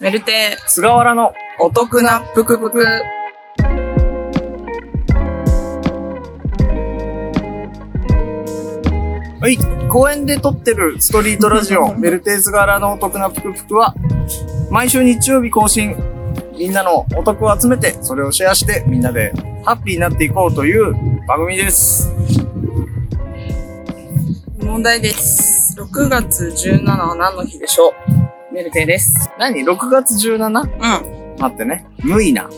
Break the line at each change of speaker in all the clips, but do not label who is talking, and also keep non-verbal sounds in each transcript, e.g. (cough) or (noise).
メルテ、
菅原の
お得なぷくぷく。
はい。公園で撮ってるストリートラジ (laughs) オ、メルテーズ柄のお得なぷくぷくは、毎週日曜日更新。みんなのお得を集めて、それをシェアして、みんなでハッピーになっていこうという番組です。
問題です。6月17は何の日でしょうメルテです。
何 ?6 月 17?
うん。
待ってね。無いな。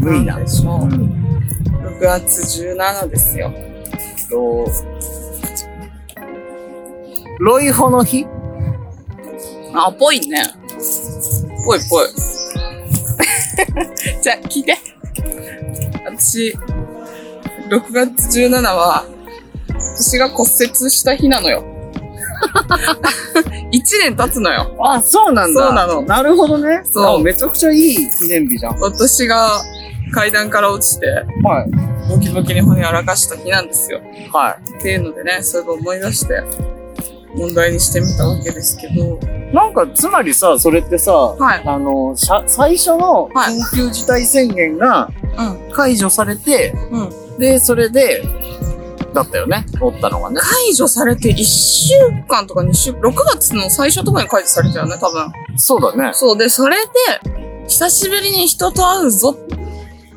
無いな
何。でしょ
う
う。
ん。
6月17ですよ。
と、ロイホの日
あ、ぽいね。ぽいぽい。 (laughs) じゃあ、聞いて。私、6月17は、私が骨折した日なの (laughs) よ。1年経つのよ。
あ、そうなんだ。
そうなの
なるほどね。
そう
あめちゃくちゃいい記念日じゃん。
私が階段から落ちて、
はい。
ボキボキに骨やらかした日なんですよ。
は
っていうのでね、そういえば思い出して、問題にしてみたわけですけど、
い。なんか、つまりさ、それってさ、
はい。
あの、しゃ最初の
はい
緊急事態宣言が解除されて、
うん。うん。
で、それで、だったよね。おったのがね。
解除されて1週間とか2週、6月の最初とかに解除されたよね、多分。
そうだね。
そう。で、それで、久しぶりに人と会うぞ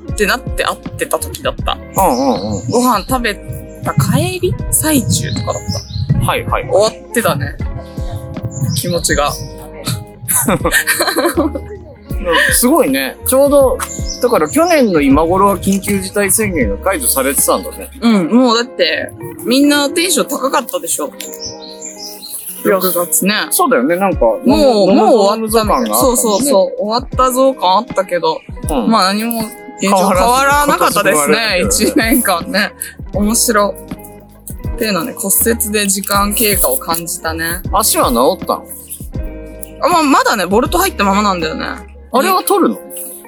ってなって会ってた時だった。
うんうん
ご飯食べた帰り最中とかだった。
うん。はいはい。
終わってたね。気持ちが。
すごいね。ちょうど、だから去年の今頃は緊急事態宣言が解除されてたんだね。
うん。もうだって、みんなテンション高かったでしょ。6月ね。
そうだよね。なんか、
もう、
飲む
もう終わった
飲む飲む感
みたい
が
な。
あたも
そ
ん
う
ね
そうそう。終わったぞ感あったけど、
うん。
まあ何も現状変わらなかったですね。
今年も
1年間ね。面白。っていうのはね、骨折で時間経過を感じたね。
足は治ったの
あまあ、まだね、ボルト入ったままなんだよね。
あれは取るの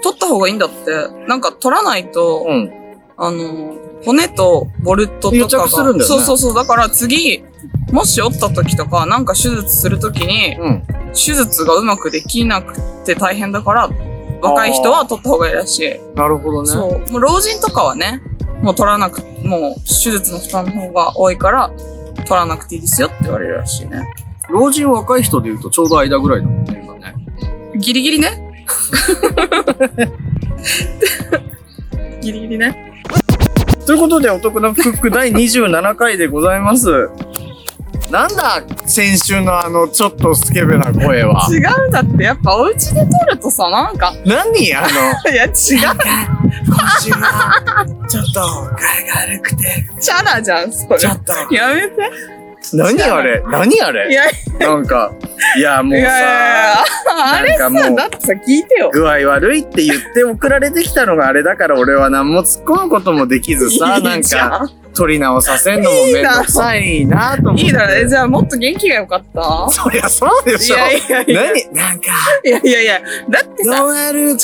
取った方がいいんだって。なんか取らないと、
うん。
あの、骨とボルトとかが。
癒着するんだよね
そうそうそう。だから次、もし折った時とか、なんか手術する時に、
うん。
手術がうまくできなくて大変だから、若い人は取った方がいいらしい。
なるほどね。
そう。もう老人とかはね、もう取らなく、もう手術の負担の方が多いから、取らなくていいですよって言われるらしいね。
老人若い人で言うとちょうど間ぐらいだもんね、今ね。
ギリギリね。
(laughs)
ギリギリね。
ということで、お得なフック第27回でございます。
(laughs)
なんだ、先週のあの、ちょっとスケベな声は。
違うんだって、やっぱお家で取るとさ、なんか、
何あの、
いや違う。
今週は、ちょっと、具合が悪くて、
チャラじゃん、それ。
っと
やめて。
何あれ何あ
い
れ
やい
なんか、いや、も
や
う
いや
さ、、
あれ
なんかも
さ、
う
だってさ、聞いてよ。
具合悪いって言って送られてきたのがあれだから俺は何も突っ込むこともできずさ、ないん
いじ
か、
ゃん
取り直させんのもめんどくさいなと思って。
いいだろ、えじゃあもっと元気が良かった
そりゃそうで
い
しょ。
やいやいや。
何なんか、
いやいやいや、だってさ、
ノンアルコールの、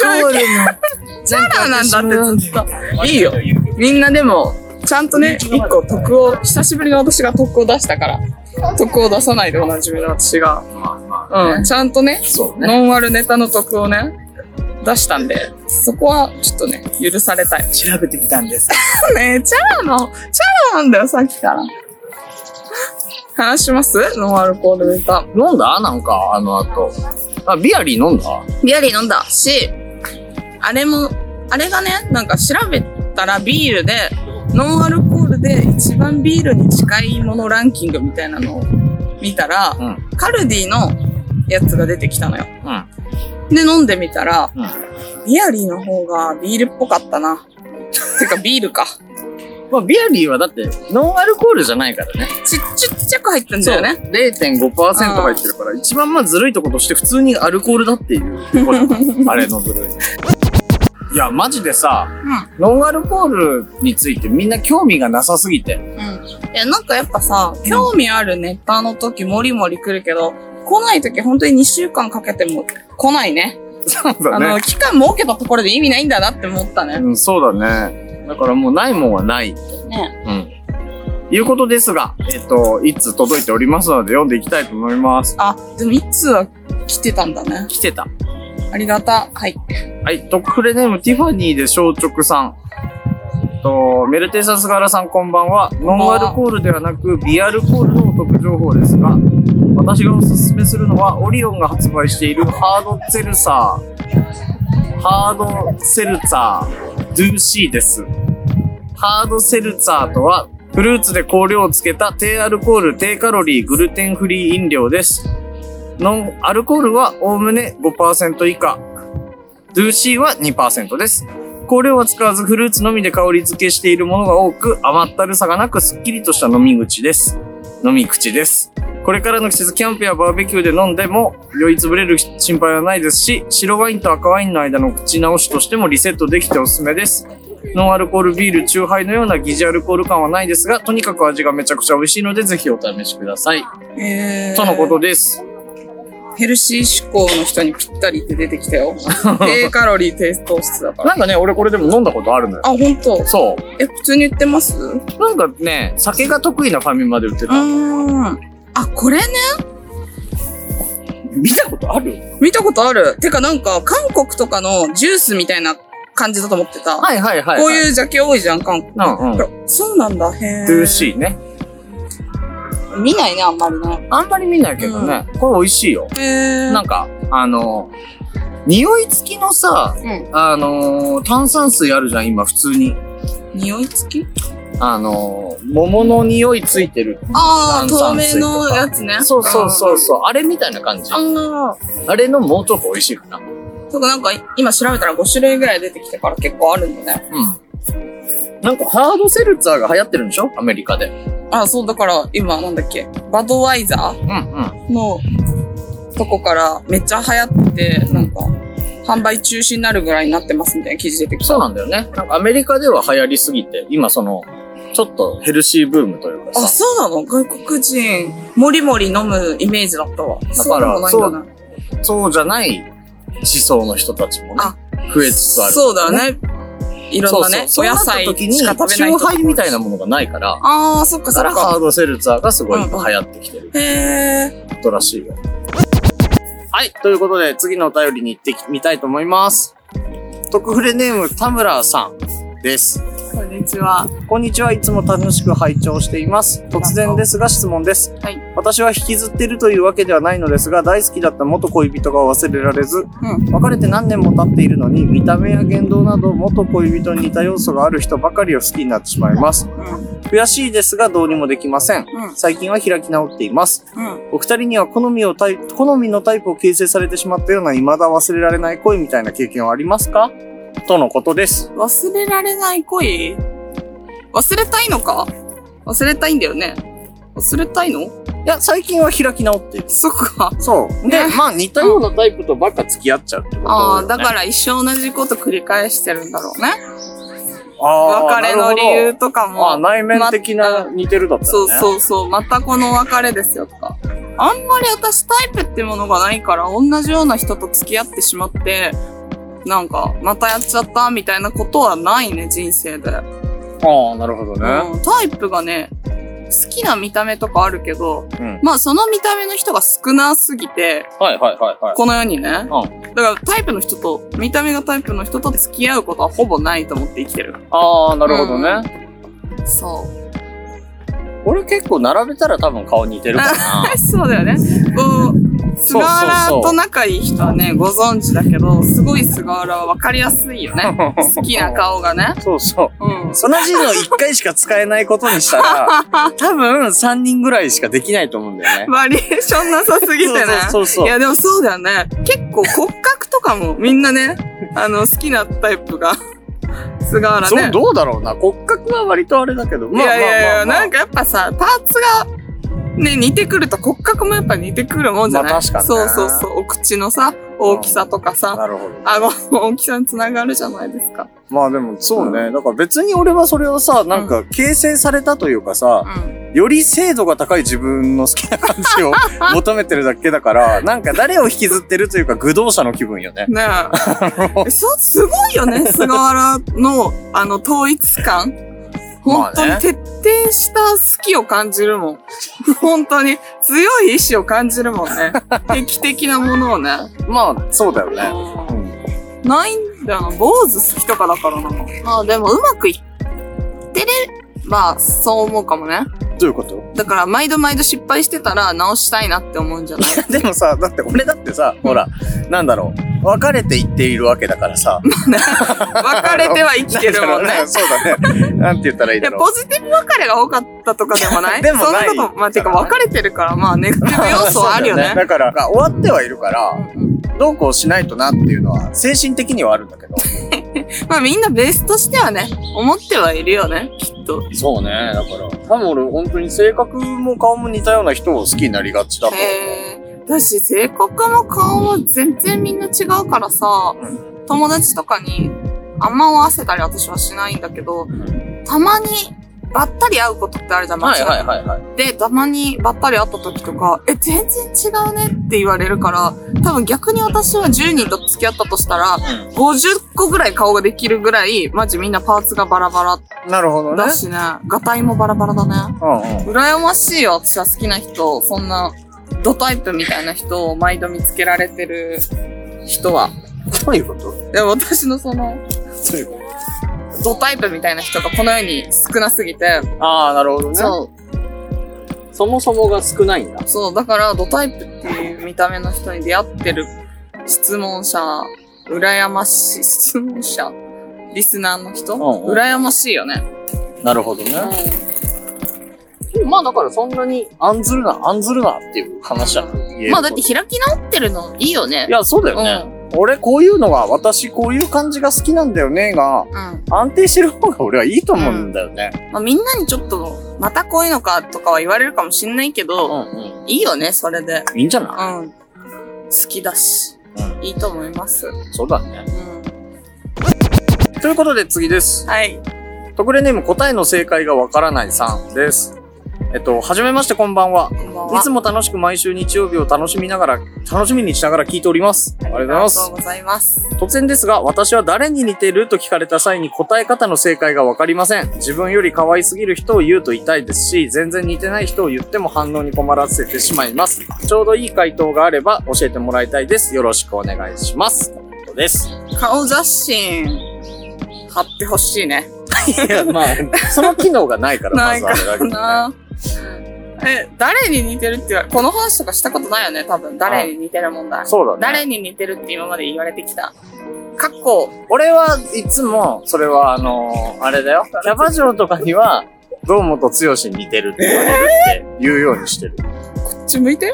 チャ
ラなんだってずっといいよみんなでも、ちゃんとね、一個徳を、久しぶりの私が徳を出したから、徳を出さないでおなじみの私が、うん、ちゃんとね、
そうね。
ノンアルネタの徳をね、出したんで、そこはちょっとね、許されたい。ね
調べてきたんです。
え、チャラの、チャラなんだよ、さっきから。話しますノンアルコールネタ。
飲んだなんか、あの後。あ、ビアリー飲んだ
ビアリー飲んだし、あれも、あれがね、なんか調べたらビールで、ノンアルコールで一番ビールに近いものランキングみたいなのを見たら、
うん。
カルディのやつが出てきたのよ。
うん。
で、飲んでみたら、
うん
ビアリーの方がビールっぽかったな。てかビールか。
まあ、ビアリーはだって、ノンアルコールじゃないからね。
ちちっちゃく入ってんだよね。
0.5%入ってるから、一番まあずるいとことして普通にアルコールだっていう
(laughs)
とこじゃんあれのずるい。いや、マジでさ、ノンアルコールについてみんな興味がなさすぎて。
うん。いや、なんかやっぱさ、興味あるネタの時もりもり来るけど、来ない時本当に2週間かけても来ないね。
(laughs) そう
(laughs) あの、。期間設けたところで意味ないんだなって思ったね。
うん、そうだね。だからもうないもんはない。
ね。
うん。いうことですが、えっと、いつ届いておりますので読んでいきたいと思います。
あ、でもいつは来てたんだね。
来てた。
ありがた。はい。
はい、ドッグフレネームティファニーで小直さん。とメルテイサスガラさんこんばんは。ノンアルコールではなく、ビアルコールのお得情報ですが、私がおすすめするのは、オリオンが発売しているハードセルサー、ハードセルツァー、ドゥーシーです。ハードセルツァーとは、フルーツで香料をつけた低アルコール、低カロリー、グルテンフリー飲料です。ノンアルコールはおおむね5%以下、ドゥーシーは2%です。香料は使わずフルーツのみで香り付けしているものが多く、甘ったるさがなくすっきりとした飲み口です。飲み口です。これからの季節、キャンプやバーベキューで飲んでも酔いつぶれる心配はないですし、白ワインと赤ワインの間の口直しとしてもリセットできておすすめです。ノンアルコールビール、チューハイのような疑似アルコール感はないですが、とにかく味がめちゃくちゃ美味しいので、ぜひお試しください。
えー、
とのことです。
ヘルシー志向の人にぴったりって出てきたよ。低カロリー低糖質だから。
なんかね、俺これでも飲んだことあるのよ。
あ、本当。
そう。
え、普通に売ってます
なんかね、酒が得意なファミマで売って
う
た。
ーん。あ、これね。
見たことある
見たことある。てかなんか、韓国とかのジュースみたいな感じだと思ってた。
はいはいはい。。
こういううジャケ多いじゃん、韓国。
うんうん。
そうなんだ、へ
ジュー
え。
シーね。
見ないね、あんまりね。
あんまり見ないけどね。これ美味しいよ。
へえ。
なんか、あの、匂い付きのさ、
うん。
あのー炭酸水あるじゃん、今普通に。
匂い付き
あのー桃の匂いついてる。
ああ、透
炭酸水
明
とか
のやつね。
そうそうそうそう。あれみたいな感じ。
うん。ああ。
あれのもうちょっと美味しいかな。
そうか、なんか今調べたら5種類ぐらい出てきたから結構あるんだね。
うん。なんかハードセルツァーが流行ってるんでしょアメリカで。
ああ、そう、だから今なんだっけ、バドワイザー
うんうん。
のとこからめっちゃ流行って、なんか、販売中止になるぐらいになってますみたいな記事出てきた。
そうなんだよね。なんかアメリカでは流行りすぎて、今その、ちょっとヘルシーブームというか
あ、
さ、
そうなの外国人、もりもり飲むイメージだったわ。そうでもないんだね。
そうじゃない思想の人たちもね
あ、
増えつつある。
そうだよね。いろんなね、
そうそうそう
お
な
野
った
菜
時に、
しか食べないと
酎ハイみたいなものがないから、
ああ、そっか
だ
そ
か
っ
ら
か。
ハードセルツァーがすごい流
うんうん
行ってきてる
へえ。
ことらしいよ。はい、ということで次のお便りに行ってみたいと思います。特フレネーム田村さんです。
こんにちは。
こんにちは。いつも楽しく拝聴しています。突然ですが質問です。
はい
私は引きずっているというわけではないのですが、大好きだった元恋人が忘れられず、
うん。
別れて何年も経っているのに、見た目や言動など元恋人に似た要素がある人ばかりを好きになってしまいます。
うん。
悔しいですがどうにもできません。
うん。
最近は開き直っています。
うん。
お二人には好みをタイプ、好みのタイプを形成されてしまったような未だ忘れられない恋みたいな経験はありますかとのことです。
忘れられない恋忘れたいのか忘れたいんだよね。忘れたいの
いや、最近は開き直っている。
そっか。
そう。で
ね、
まあ似たようなタイプとばっか付き合っちゃうってことよね、
ああ、だから一生同じこと繰り返してるんだろうね。
あー
別れの理由。とか
なるほどあ、
も。
内面的な似てるだった、ね。
そうそうそう。またこの別れですよとか。あんまり私タイプってものがないから、同じような人と付き合ってしまって、なんか、またやっちゃったみたいなことはないね、人生で。
ああ、なるほどね。
うん、タイプがね、好きな見た目とかあるけど、
うん。
まあその見た目の人が少なすぎて、
はいはいはいはい。
この世にね。だ
う
からタイプの人と、見た目がタイプの人と付き合うことはほぼないと思って生きてる。
ああ、なるほどね。
そう。
俺結構並べたら多分顔似てるかな。
そうだよね。こう、菅原と仲いい人はね、ご存知だけど、すごい菅原は分かりやすいよね。 (laughs) 好きな。顔がね。
そうそう。
うん。
その字の一回しか使えないことにしたら、
(laughs)
多分三人ぐらいしかできないと思うんだよね。
バリエーションなさすぎてね。
そうそうそうそう。
いや、でもそうだよね。結構骨格とかもみんなね、あの、好きなタイプが、菅原
そう
ね。
どうだろうな。骨格は割とあれだけど。
い
まあまあ
やいやいや、
まあまあ
なんかやっぱさ、パーツが、ね、似てくると骨格もやっぱ似てくるもんじゃない、
まあ確かにね
そうそうそう。お口のさ、大きさとかさ、
なるほど。
顎の大きさにつながるじゃないですか。
まあでもそうね。だから別に俺はそれをさ、なんか形成されたというかさ、
うん。
より精度が高い自分の好きな感じ (laughs) を求めてるだけだから、なんか誰を引きずってるというか、愚動者の気分よね。
ね
(laughs)
え。そう、すごいよね、菅原の、あの、統一感。本当
ま
に
あね
徹底した好きを感じるもん。本当に強い意志を感じるもん
(laughs)
ね。定期的なものをね。
まあ、そうだよね。うん。
ないんだよな。坊主好きとかだからな。まあでもうまくいってれば、そう思うかもね。
どういうこと
だから毎度毎度失敗してたら直したいなって思うんじゃ
(laughs)
ない
でもさ、だって俺だってさ、ほら、なんだろう、別れていっているわけだから (laughs) さ。
別れては生きてるもんね
な。だろう (laughs) なそうだね。なんて言ったらいい
い
だ
や、
ろ
ポジティブ別れが多かったとかでもない
(laughs) いやでもない
そんなこと、まあ、てか
だからね
別れてるから、まあ、
(laughs)
ネガティブ
う。
要素はあるよ
そう
ね。
(laughs) だだから、あ終わってはいるから、
うんうん
どうこうしないとなっていうのは、精神的にはあるんだけど。
まあ、みんなベースとしてはね、思ってはいるよね、きっと。
そうね、だから。多分俺、本当に性格も顔も似たような人を好きになりがちだから。
へえ。だし、性格も顔も全然みんな違うからさ、
うん
友達とかに、あんま合わせたり私はしないんだけど、
うん
たまに、ばったり会うことってあるじゃん、
はい
で、
はいはいはい。
たまにばったり会った時とか、え、全然違うねって言われるから、多分逆に私は10人と付き合ったとしたら、50個ぐらい顔ができるぐらい、マジみんなパーツがバラバ
なるほど
ラ
ね。
だしね、ガタイもバラバラだね。
うんうん。
羨ましいよ、私は好きな人、そんな、ドタイプみたいな人を毎度見つけられてる人は。
どういうこと
でも私のその、
そういうこ
ドタイプみたいな人がこの世に少なすぎて、
とああ、なるほどね。
そ
そもそもが少ないんだ
う、。そう、だからドタイプっていう見た目の人に出会ってる質問者、羨ましい、質問者、リスナーの人、
んうん
羨ましいよね。
なるほどね。でもまあだからそんなに案ずるな、案ずるなっていう話だな。言える
まあだって開き直ってるのいいよね。
いや、そうだよね。俺こういうのが、私こういう感じが好きなんだよねが、
うん。うん。
安定してる方が俺はいいと思うんだよね。
まあみんなにちょっと、またこういうのかとかは言われるかもしんないけ
う
ど、
んうん。
いいよね、それで。
いいんじゃ
うん。
な
好きだし、
いうん。
いいと思います。う
そうだね。
ん。
ということで次です。
はい。
特例ネーム答えの正解がわからない3です。えっと、はじめましてこんばんは。
こんばん
い
は。
つも楽しく毎週日曜日を楽しみながら、楽しみにしながら聞いております。ありがとうございま
あり。
す
がとうございます。
突然ですが、私は誰に似てると聞かれた際に答え方の正解がわかりません。自分より可愛すぎる人を言うと痛いですし、全然似てない人を言っても反応に困らせてしまいます。ちょうどいい回答があれば教えてもらいたいです。よろしくお願いします。ということです。
顔雑誌貼ってほしいね。
いや、まあ、 (laughs) その機能がないから、
ないか
まずあれだけどね
なえ、誰に似てるって言われ、この話とかしたことないよね、多分。誰に似てる問題。
そうだね。
誰に似てるって今まで言われてきた。過去、
俺はいつも、それはあのーあれだよ。キャバ嬢とかには、堂本剛に似てるって言われるって言うようにしてる。
こっち向いて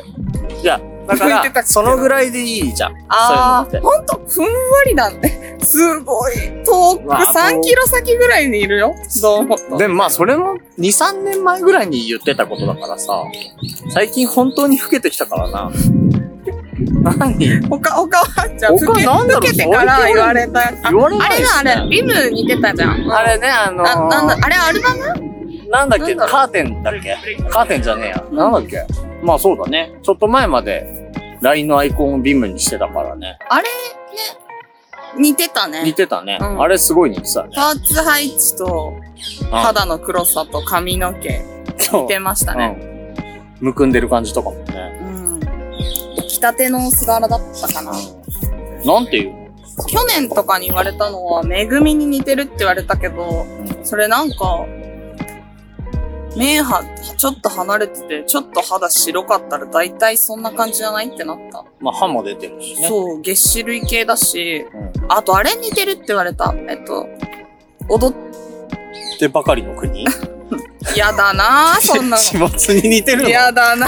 いや、だか
向いてたっけ
ら、
な
そのぐらいでいいじゃん。
あ
そうい
あ、
うのっ
ほんと、ふんわりなんで。すごい。遠く、
うわ
3キロ先ぐらいにいるよ。どうも。
てでもまあ、それも2、3年前ぐらいに言ってたことだからさ、最近本当に老けてきたからな。 (laughs) 何言
他、他は、じゃあ、
他
老け
なんだろ
老
う
けてから言われた。あ
われ
あ
ない
れ
し、ね、
だ、あれ、ビム似てたじゃん。
あれね、あのー
あ、なんだ、あれアルバム
なんだっけ
なんだろう
カーテンだっけカーテンじゃねえや。なんだっけまあそうだね。ちょっと前まで LINE のアイコンをビムにしてたからね。
あれね、似てた
似
ね。
てたね。
うん
あれすごい似てたね。
パーツ配置と肌の黒さと髪の毛
そ
似てました
う、
ね。
うん。むくんでる感じとかもね。
うん。着たての菅原だったかな。
なんていうの
去年とかに言われたのは、めぐみに似てるって言われたけど、それなんか、目は、ちょっと離れてて、ちょっと肌白かったら大体そんな感じじゃないってなった。
まあ歯も出てるしね。
そう、月歯類系だし、
うん
あとあれ似てるって言われた。えっと、踊っ、
ってばかりの国
やだなぁ、 (laughs) そんな
始末に似てる
の。
の
やだな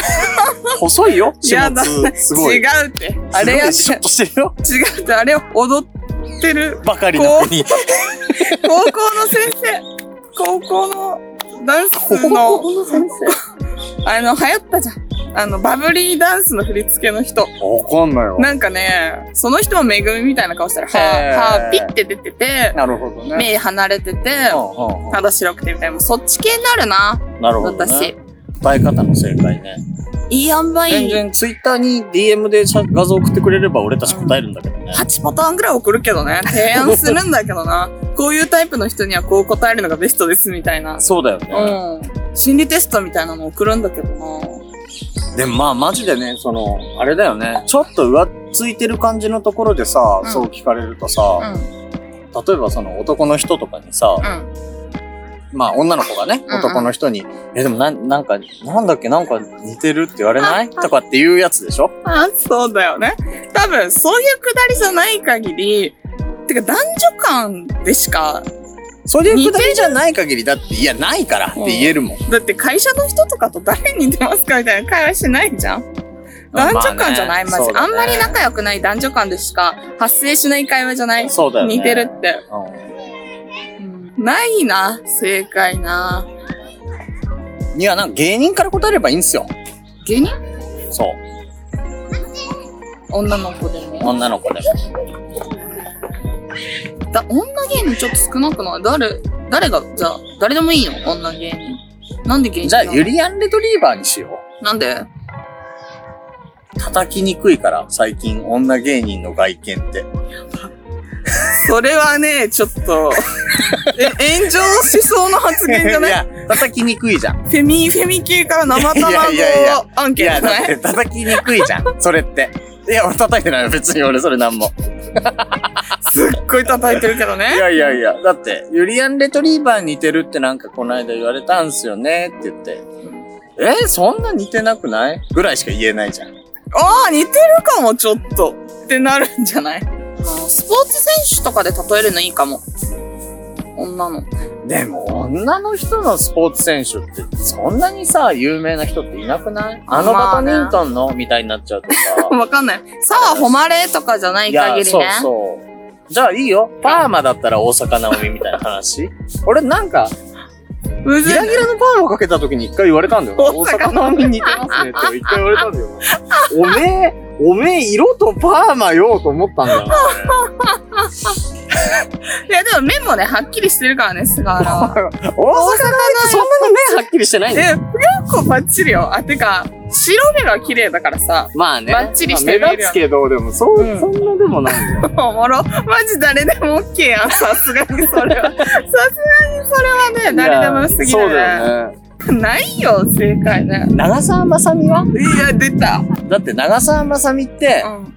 細いよ始
やだ
末すごい
違うって。あれやっ
(laughs) すごいシュッとしてるよ
違うって、あれ踊って
(laughs)
る。
ばかりの国
高校の先生。高校のダンスの、
の先
あの、流行ったじゃん。あの、バブリーダンスの振り付けの人。
生わかんないよ
なんかね、その人もめぐみみたいな顔したら、
へー
は、は、ピって出てて、
なるほどね
目離れてて、
うんうんうん
肌白くてみたいな。もうそっち系になるな、
なるほどね
私。
答え方の正解ね
いい塩
全
梅
然ツイッターに DM でさ画像送ってくれれば俺たち答えるんだけどね。
8パターンぐらい送るけどね。提案するんだけどな。こういうタイプの人にはこう答えるのがベストですみたいな。
そうだよね。
うん。心理テストみたいなの送るんだけどな。
でもまあマジでね、その、あれだよね、ちょっと浮ついてる感じのところでさ、
うん
そう聞かれるとさ、
う
例えばその男の人とかにさ、
ん。うん。
まあ女の子がね、
うんうん
男の人に、え、でもな、なんか、なんだっけ、なんか似てるって言われないとかっていうやつでしょ
あ、そうだよね。多分、そういうくだりじゃない限り、てか男女間でしか、
そういうくだりじゃない限りだって、いや、ないからって言えるもん。
だって会社の人とかと誰に似てますかみたいな会話しないじゃん。男女間じゃない、
ま
マ
あ
ジ、
ねそうだね
あんまり仲良くない男女間でしか発生しない会話じゃない
そうだよね
似てるって。
う
ないな、正解な。
ん。いや、なんか芸人から答えればいいんすよ。
芸人
そう。
女の子でも。
女の子で。
だ女芸人ちょっと少なくない誰、誰が、じゃあ、誰でもいいの女芸人。なんで芸人
じゃあ、
なの
ユリアンレトリーバーにしよう。
なんで
叩きにくいから、最近、女芸人の外見って。
それはね、ちょっと、 (laughs) え、炎上しそうな発言じゃない
や、叩きにくいじゃん。
フェミ、フェミ系から生卵
いやいやいや
案
い
件じ
や、
ゃな
だっ
い
て (laughs) 叩きにくいじゃん。それって。いや、俺叩いてないよ。別に俺それなんも。
すっごい叩いてるけどね。
いやいやいや。だって、ユリアンレトリーバーに似てるってなんかこの間言われたんすよねって言って。えそんな似てなくないぐらいしか言えないじゃん。
ああ、似てるかも、ちょっと。ってなるんじゃないスポーツ選手とかで例えるのいいかも。女の。
でも、女の人のスポーツ選手って、そんなにさ、有名な人っていなくないあの
ま
バ
あ
ド
ね
ミントンの、みたいになっちゃうとさ。
わかんない。さあ、誉れとかじゃない
い
限りね。
そうそう。じゃあいいよ。パーマだったら大阪なおみみたいな話。 (laughs) 俺なんか、
む
ギ
ずい
ラギラのパーマかけた時に一回言われたんだよ。
大
大
阪
阪なおみに似てますねって一回言われたんだよ。おめえ、おめえ色とパーマよと思った
(laughs)
んだよ。
いや、でも目もね、はっきりしてるからね、菅原
(laughs) 大
は。
阪なおみってそんなに目はっきりしてないん
え、
だよ。
結構バッチリよ。あ、てか、白目が綺麗だからさ。 (laughs)
まあね。
バッチリしてる
まあ目立つけど、でもそう、
うん
そんなでもないんだよ。
おもろ。マジ誰でも OK
(laughs)
やん。さすがにそれは。さすがにそれはね、誰でもすぎ
そう
る
だ
ね。
よね。
ないよ、正解ね。
長澤まさみはい
や、出た。う
だって長澤まさみって、
ん。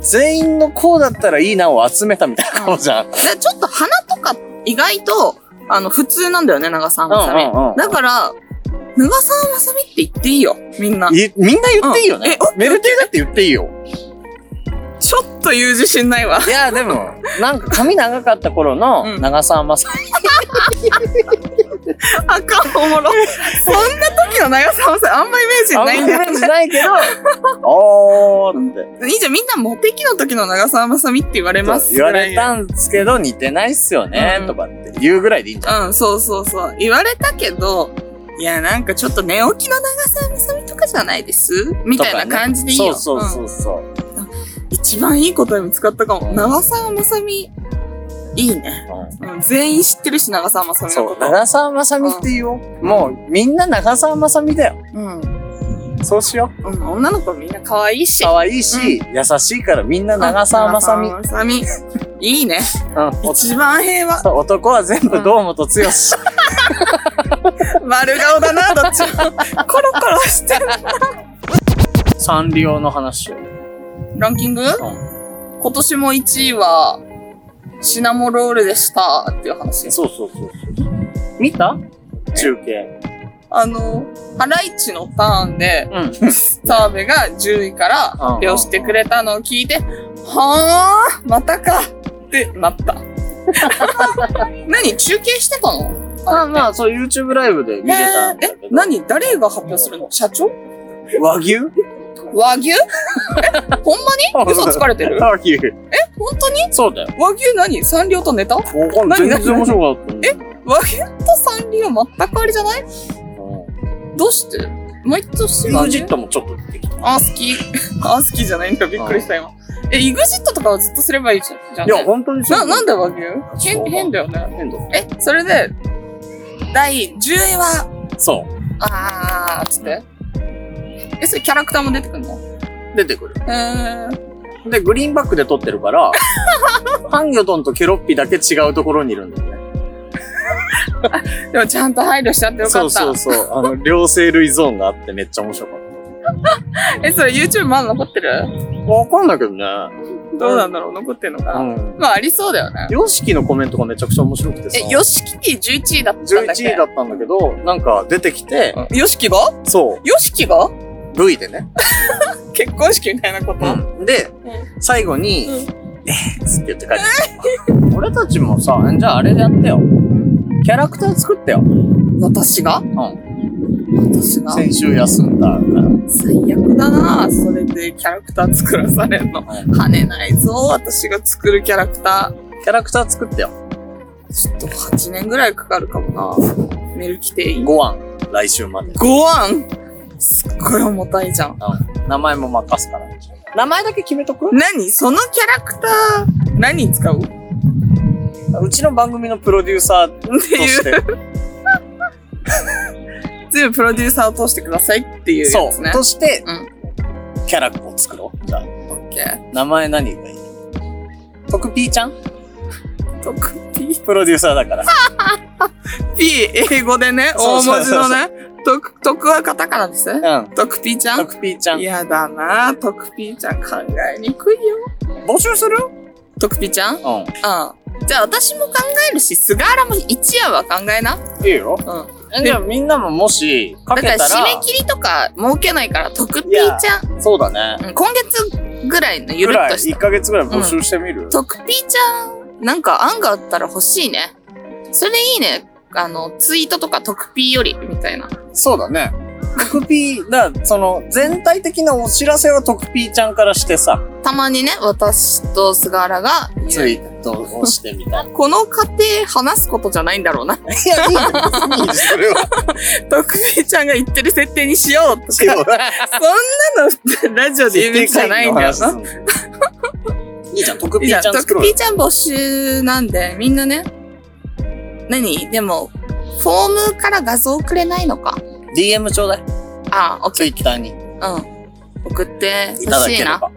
全員のこうだったらいいなを集めたみたいな顔じゃん。
えちょっと鼻とか意外と、あの、普通なんだよね、長澤まさみ。
うんうんうん
だから、長澤まさみって言っていいよ、みんな。
いみんな言っていいよ
うん
ね
え。オッケー
メルティだって言っていいよ。
ちょっと言う自信ないわ。
いや、でも、なんか髪長かった頃
う
の
ん
長澤まさ
あかん、おもろ。そんな時の長澤まさみ、あんまイメージ
み、
ないんだ
あんま
よ
りイメージ
ね。
ないけど、 (laughs) おーって
いいじゃん、みんなモテ期の時の長澤まさみって言われます
言
ぐ
わ
らい
れたんですけど、似てないっすよね
う、ん
とかって言うぐらいでいいんじゃん。
うん、そうそうそう。言われたけど、いや、なんかちょっと寝起きの長澤まさみとかじゃないですみたいな感じでいいよ。
とかね
う
そ
ん
うそうそうそ
一番いい答え見つかったかも。長澤まさみ、いいね。
う。うん
うん、全員知ってるし、長澤まさみの
そ
こ
う、
と。
長澤まさみって言おう。もう、みんな長澤まさみだよ。
うん。
そうしよう。
うん、女の子みんな可愛いし。
可愛いし、優しいからみんな長澤まさみ。う
長澤まさみいい
(laughs)
ね。
ん
一番平和。
そう男は全部堂 (laughs) 本剛。
丸顔だな、どっち
(laughs)
も。コロコロしてる。
サンリオの話を。
ランキング今年も1位は、シナモロールでしたっていう話。
そうそうそう。見た中継。
あの、ハライチのターンで、
うん。
澤部が10位から発表してくれたのを聞いて、はぁまたかってな
(laughs)
った。何中継してたの
まあまあ、そう YouTube ライブで見れたんだ
え
け
ー
ど
え、。何誰が発表するの社長
和牛
和牛えほんまに嘘つかれてる
(laughs) 和牛。
本当に
そうだよ。
和牛何サンリオとネタ
わかんない
何
全然面白かったね。
和牛とサンリオ全くあれじゃないどうして毎年
え
和
マ
牛
ジットもちょっと出てきた。い
あ、好き。 (laughs) あ、好きじゃないんだ。びっくりした今。え、イグジットとかはずっとすればいいじゃん。じゃあね
や、本当に
な、なんで
よ。
和牛
そう
変、
だ
変だよね。
変だ
え、それで、第10位は、
そう。
あー、つって。え、それキャラクターも出てくるの
出てくる。
えー、
で、グリーンバックで撮ってる (laughs) から、ハンギョドンとケロッピだけ違うところにいるんだよね。
でもちゃんと配慮しちゃってよかった。
そうそうそう。あの、両生類ゾーンがあってめっちゃ面白かっ
え、それ YouTube まだ残ってる
た。わかんないけどね。
どうなんだろう残ってんのかな、
うん。
まあありそうだよね。
ヨシキのコメントがめちゃくちゃ面白くてさ。
え、ヨシキ11位だったんだっけ
11位だったんだけど、なんか出てきて、
うんヨシキが
そ
ヨシキが
う、V でね。
結婚式みたいなこと、
で、最後に、
うん
えーっつって言って帰ってきた。 (laughs) 俺たちもさ、じゃああれでやってよ。キャラクター作ってよ。
私が
うん。
私が
先週休んだから。
最悪だなぁそれでキャラクター作らされんの。跳ねないぞ私が作るキャラクター。
キャラクター作ってよ。
ちょっと8年ぐらいかかるかもなぁメルキテイン。
ご案、来週まで。
5案すっごい重たいじゃん。
名前も任すから。名前だけ決めとく
何そのキャラクター、何に使うって
うちの番組のプロデューサーと
い
し
う、
て、
全部プロデューサーを通してくださいっていう
そ
やつ
う、
ね。
として
う、
キャラを作ろう。じゃあ、
オッケー。
名前何がいいトクピーちゃん
特 P。
プロデューサーだから。
P、英語でね、
そ
大
うそ
文
う
字
そう
のね。特、特はカタカナです。
うん。
特 P ちゃ
ト
ん
クピーちゃん。
嫌だなぁ。特 P ちゃん考えにくいよ。
募集する
特 P ちゃんう
う
ん。じゃあ私も考えるし、菅原も一夜は考えな。うん。
ん。いいよ。
だ
えじゃあみんなももし、かけ
か
た
ら
ら、
締め切りとか設けないから、特 P ち
いや
ゃん。
そうだね。
うん今月ぐらいのゆ
ぐ
るっ
らい、
とし
1
た。
ヶ月ぐらい募集してみる、
特 P ちゃん、なんか案があったら欲しいね。それいいね。あの、ツイートとか特 P より、みたいな。
そうだね。トクピー、だ、その、全体的なお知らせはトクピーちゃんからしてさ、
たまにね、私と菅原が、
ツイートをしてみたいな。
この過程話すことじゃないんだろうな。
いや、いいよいいよそれ (laughs) は。
特 P ちゃんが言ってる設定にしようと
(laughs)
か。そんなの、ラジオで言うべきじゃないんだよな。
いいじゃん、トク
い
ピ
いじゃ
ー
ん、
ちゃん
特
作ろう
ピー
よ。
ちゃん募集なんで、みんなね。何でも、フォームから画像くれないのか。
DM ちょうだい。
ああ、オッケ
ツイッターに
ー。うん。送ってほ
いただ
し
け
い
れ
な。
ば。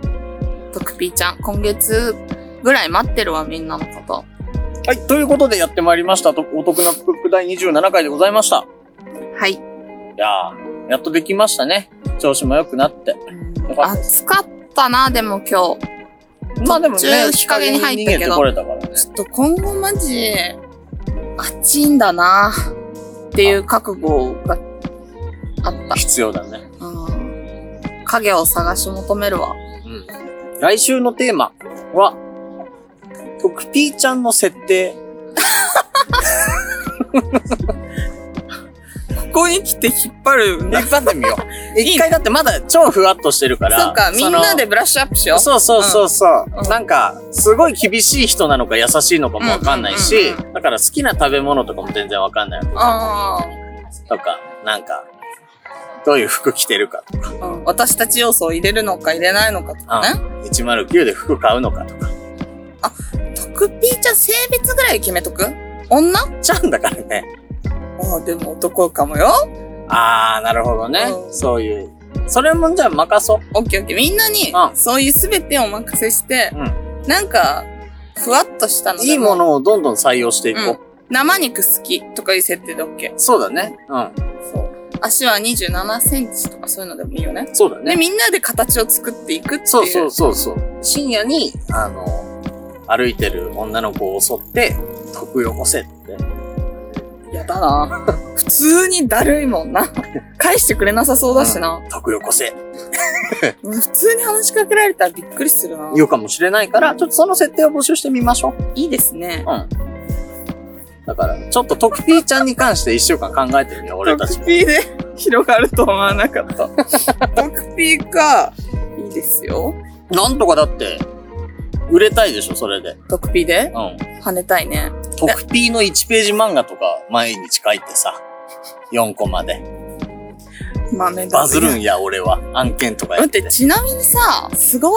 特ピーちゃん。今月ぐらい待ってるわ、みんなのこと。
はい、ということでやってまいりました。とお得なプック第27回でございました。
はい。
いやー、やっとできましたね。調子も良くなって。よかったで
暑かったな、でも今日。
まあでも
途中
ね、
日陰に入ったけど
日陰に逃げてこれたからね。
ちょっと今後マジ、暑いんだな、っていう覚悟があった。
必要だね。
うん。影を探し求めるわ。
うん。来週のテーマは、特ピーちゃんの設
(laughs)
定。
ここに来て引っ張るん
引っ張ってみよう。 (laughs) 一回だってまだ超ふわっとしてるから。
そうか、み
の
んなでブラッシュアップしよう。
そうそうそうそう、
うん
なんか、すごい厳しい人なのか優しいのかもわかんないし、
うんうん
だから好きな食べ物とかも全然わかんない。
あ
とか、なんか、どういう服着てるかとか、
あ、うん私たち要素を入れるのか入れないのかとかね。
109で服買うのかとか。
特ピーちゃん性別ぐらい決めとく女あ
ちゃんだからね。
あ、でも男かもよ。
あー、なるほどね。
うん
そういう。それもじゃあ任そう。
オッケーオッケー。みんなに
う、ん
そういうすべてをお任せして、なんか、ふわっとしたので
いいものをどんどん採用していこう。
うん生肉好きとかいう設定でオッケ
そうだね。うん。
ー。そう。足は27センチとかそういうのでもいいよね。
そうだ
で、
ね。
みんなで形を作っていくっていう。
そうそうそうそう。深夜に、あの、歩いてる女の子を襲って、得よこせって。
やだな。 (laughs) 普通にだるいも
(laughs)
んな。返してくれなさそうだしな。
得よこせ。
普通に話しかけられたらびっくりするな。
言うかもしれないから、ちょっとその設定を募集してみましょう。
いいですね。
うん。だから、ちょっと特ピーちゃんに関して一週間考えてみよう、俺たち
特
も。
ピーで広がるとは思わなかっ
(laughs)
た。特ピーか。いいですよ。
なんとかだって、売れたいでしょ、それで。
特ピーで
うん。
跳ねたいね。
特ピーの1ページ漫画とか毎日書いてさ、4コマで。
まあ、めんどく
バ
さ
ズ
い
るんや、俺は。案件とかや
待
っ
ってて、。ちなみにさ、菅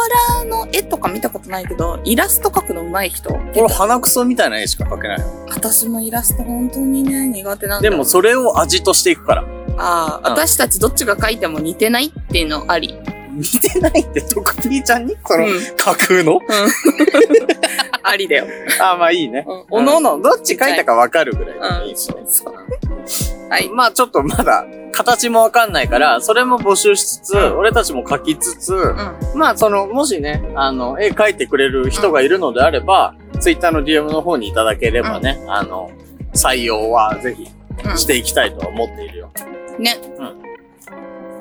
原の絵とか見たことないけど、イラスト描くの上手い人
俺、鼻くそみたいな絵しか描けない。
私もイラスト本当にね、苦手なんだ
で
よ
も、それを味としていくから。
ああ、
うん
私たちどっちが書いても似てないっていうのあり。
似てないって、特定ちゃんにその、
うん
架空の
ありだよ。
あ、まあいいね。
うんおのおの
うんどっち書いたかわかるぐらいがいいですね
はい。
まあちょっとまだ、形もわかんないから、それも募集しつつ、
うん
俺たちも書きつつ、
うん。
まあその、もしね、あの、絵描いてくれる人がいるのであれば、ツイッターの DM の方にいただければね、あの、採用はぜひ
うん
していきたいとは思っているよ。
ね。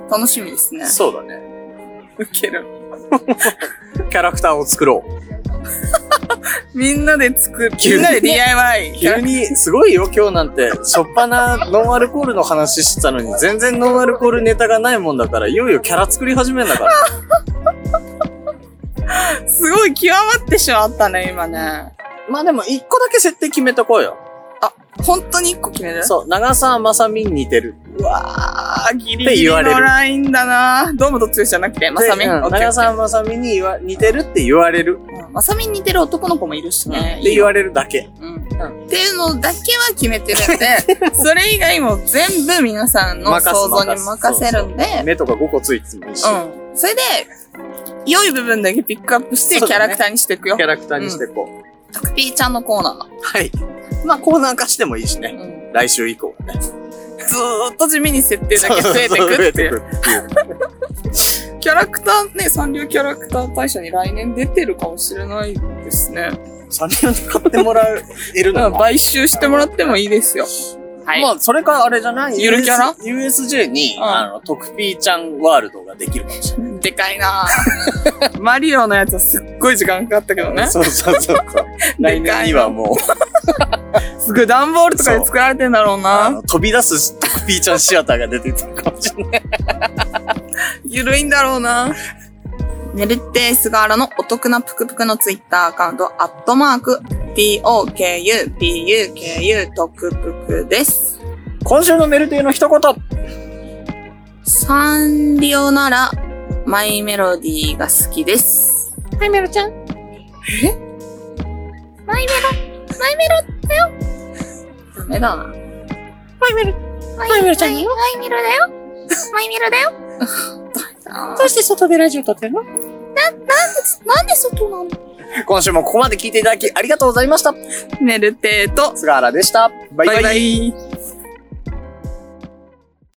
楽しみですね。
そうだね。
ウケる。
キャラクターを作ろう。
みんなで作る。
急に
みんなで DIY。
急に、すごいよ、今日なんて、しょっぱなノンアルコールの話してたのに、全然ノンアルコールネタがないもんだから、いよいよキャラ作り始めんだから。
すごい極まってしまったね、今ね。
(laughs) まあでも、一個だけ設定決めとこうよ。
本当に一個決める
そう、長澤まさみに似てる。
うわー、ギリ
って
ギリ
言わ
の
れる
ラインだなどうもどっちでじゃなくて、まさみ。
でうん
オッケー
長澤まさみに言わ似てるって言われる。
うんまさみに似てる男の子もいるしね。
って
いい
言
よ
われるだけ。
うんっていうのだけは決めてるん (laughs) で、それ以外も全部皆さんの
任す
想像に任せるんで、
目とか5個ついてもいいし、
うん。それで、良い部分だけピックアップして
そう
キ
だ
ャ
ね
ラクターにしていくよ
キ。ャラクターにしてこう。
タクピーちゃんのコーナーだ。
はい。まあ、コーナー化してもいいしね。
うん
来週以降はね。
ずーっと地味に設定だけ (laughs) 増えてくっていう。キャラクターね、サンリオキャラクター大賞に来年出てるかもしれないですね。
サリオに買ってもらえる
う
の
ん
か。
買収してもらってもいいですよ。はい。
まあ、それかあれじゃない
ゆるキャラ
?US- ?USJ に、
うん
あの、トクピーちゃんワールドができるかもしれない。
でかい (laughs) なぁマリオのやつはすっごい時間かかったけどね。
そうそうそう
(laughs)
そう。来年にはもう、
すごい段ボールとかで作られてんだろう
あ
な
の飛び出すトクピーちゃんシアターが出てくるかもし
(laughs)
れない。
ゆるいんだろうなメルテイスガーラのお得なぷくぷくのツイッターアカウント、アットマーク、TOKU、PUKU、とくぷくです。
今週のメルテイの一言
サンリオなら、マイメロディーが好きです。はい、メロちゃん。えマイメロ、マイメロだよ。ダメだな。マイメロ、マイメロちゃんだよ。マイメロだよ。マイメロだよ。どうして外でラジオ撮ってるのな、なんで、なんで外な
今週もここまで聞いていただきありがとうございました。
のメルテーと、
菅原でした。バイバイ。
イ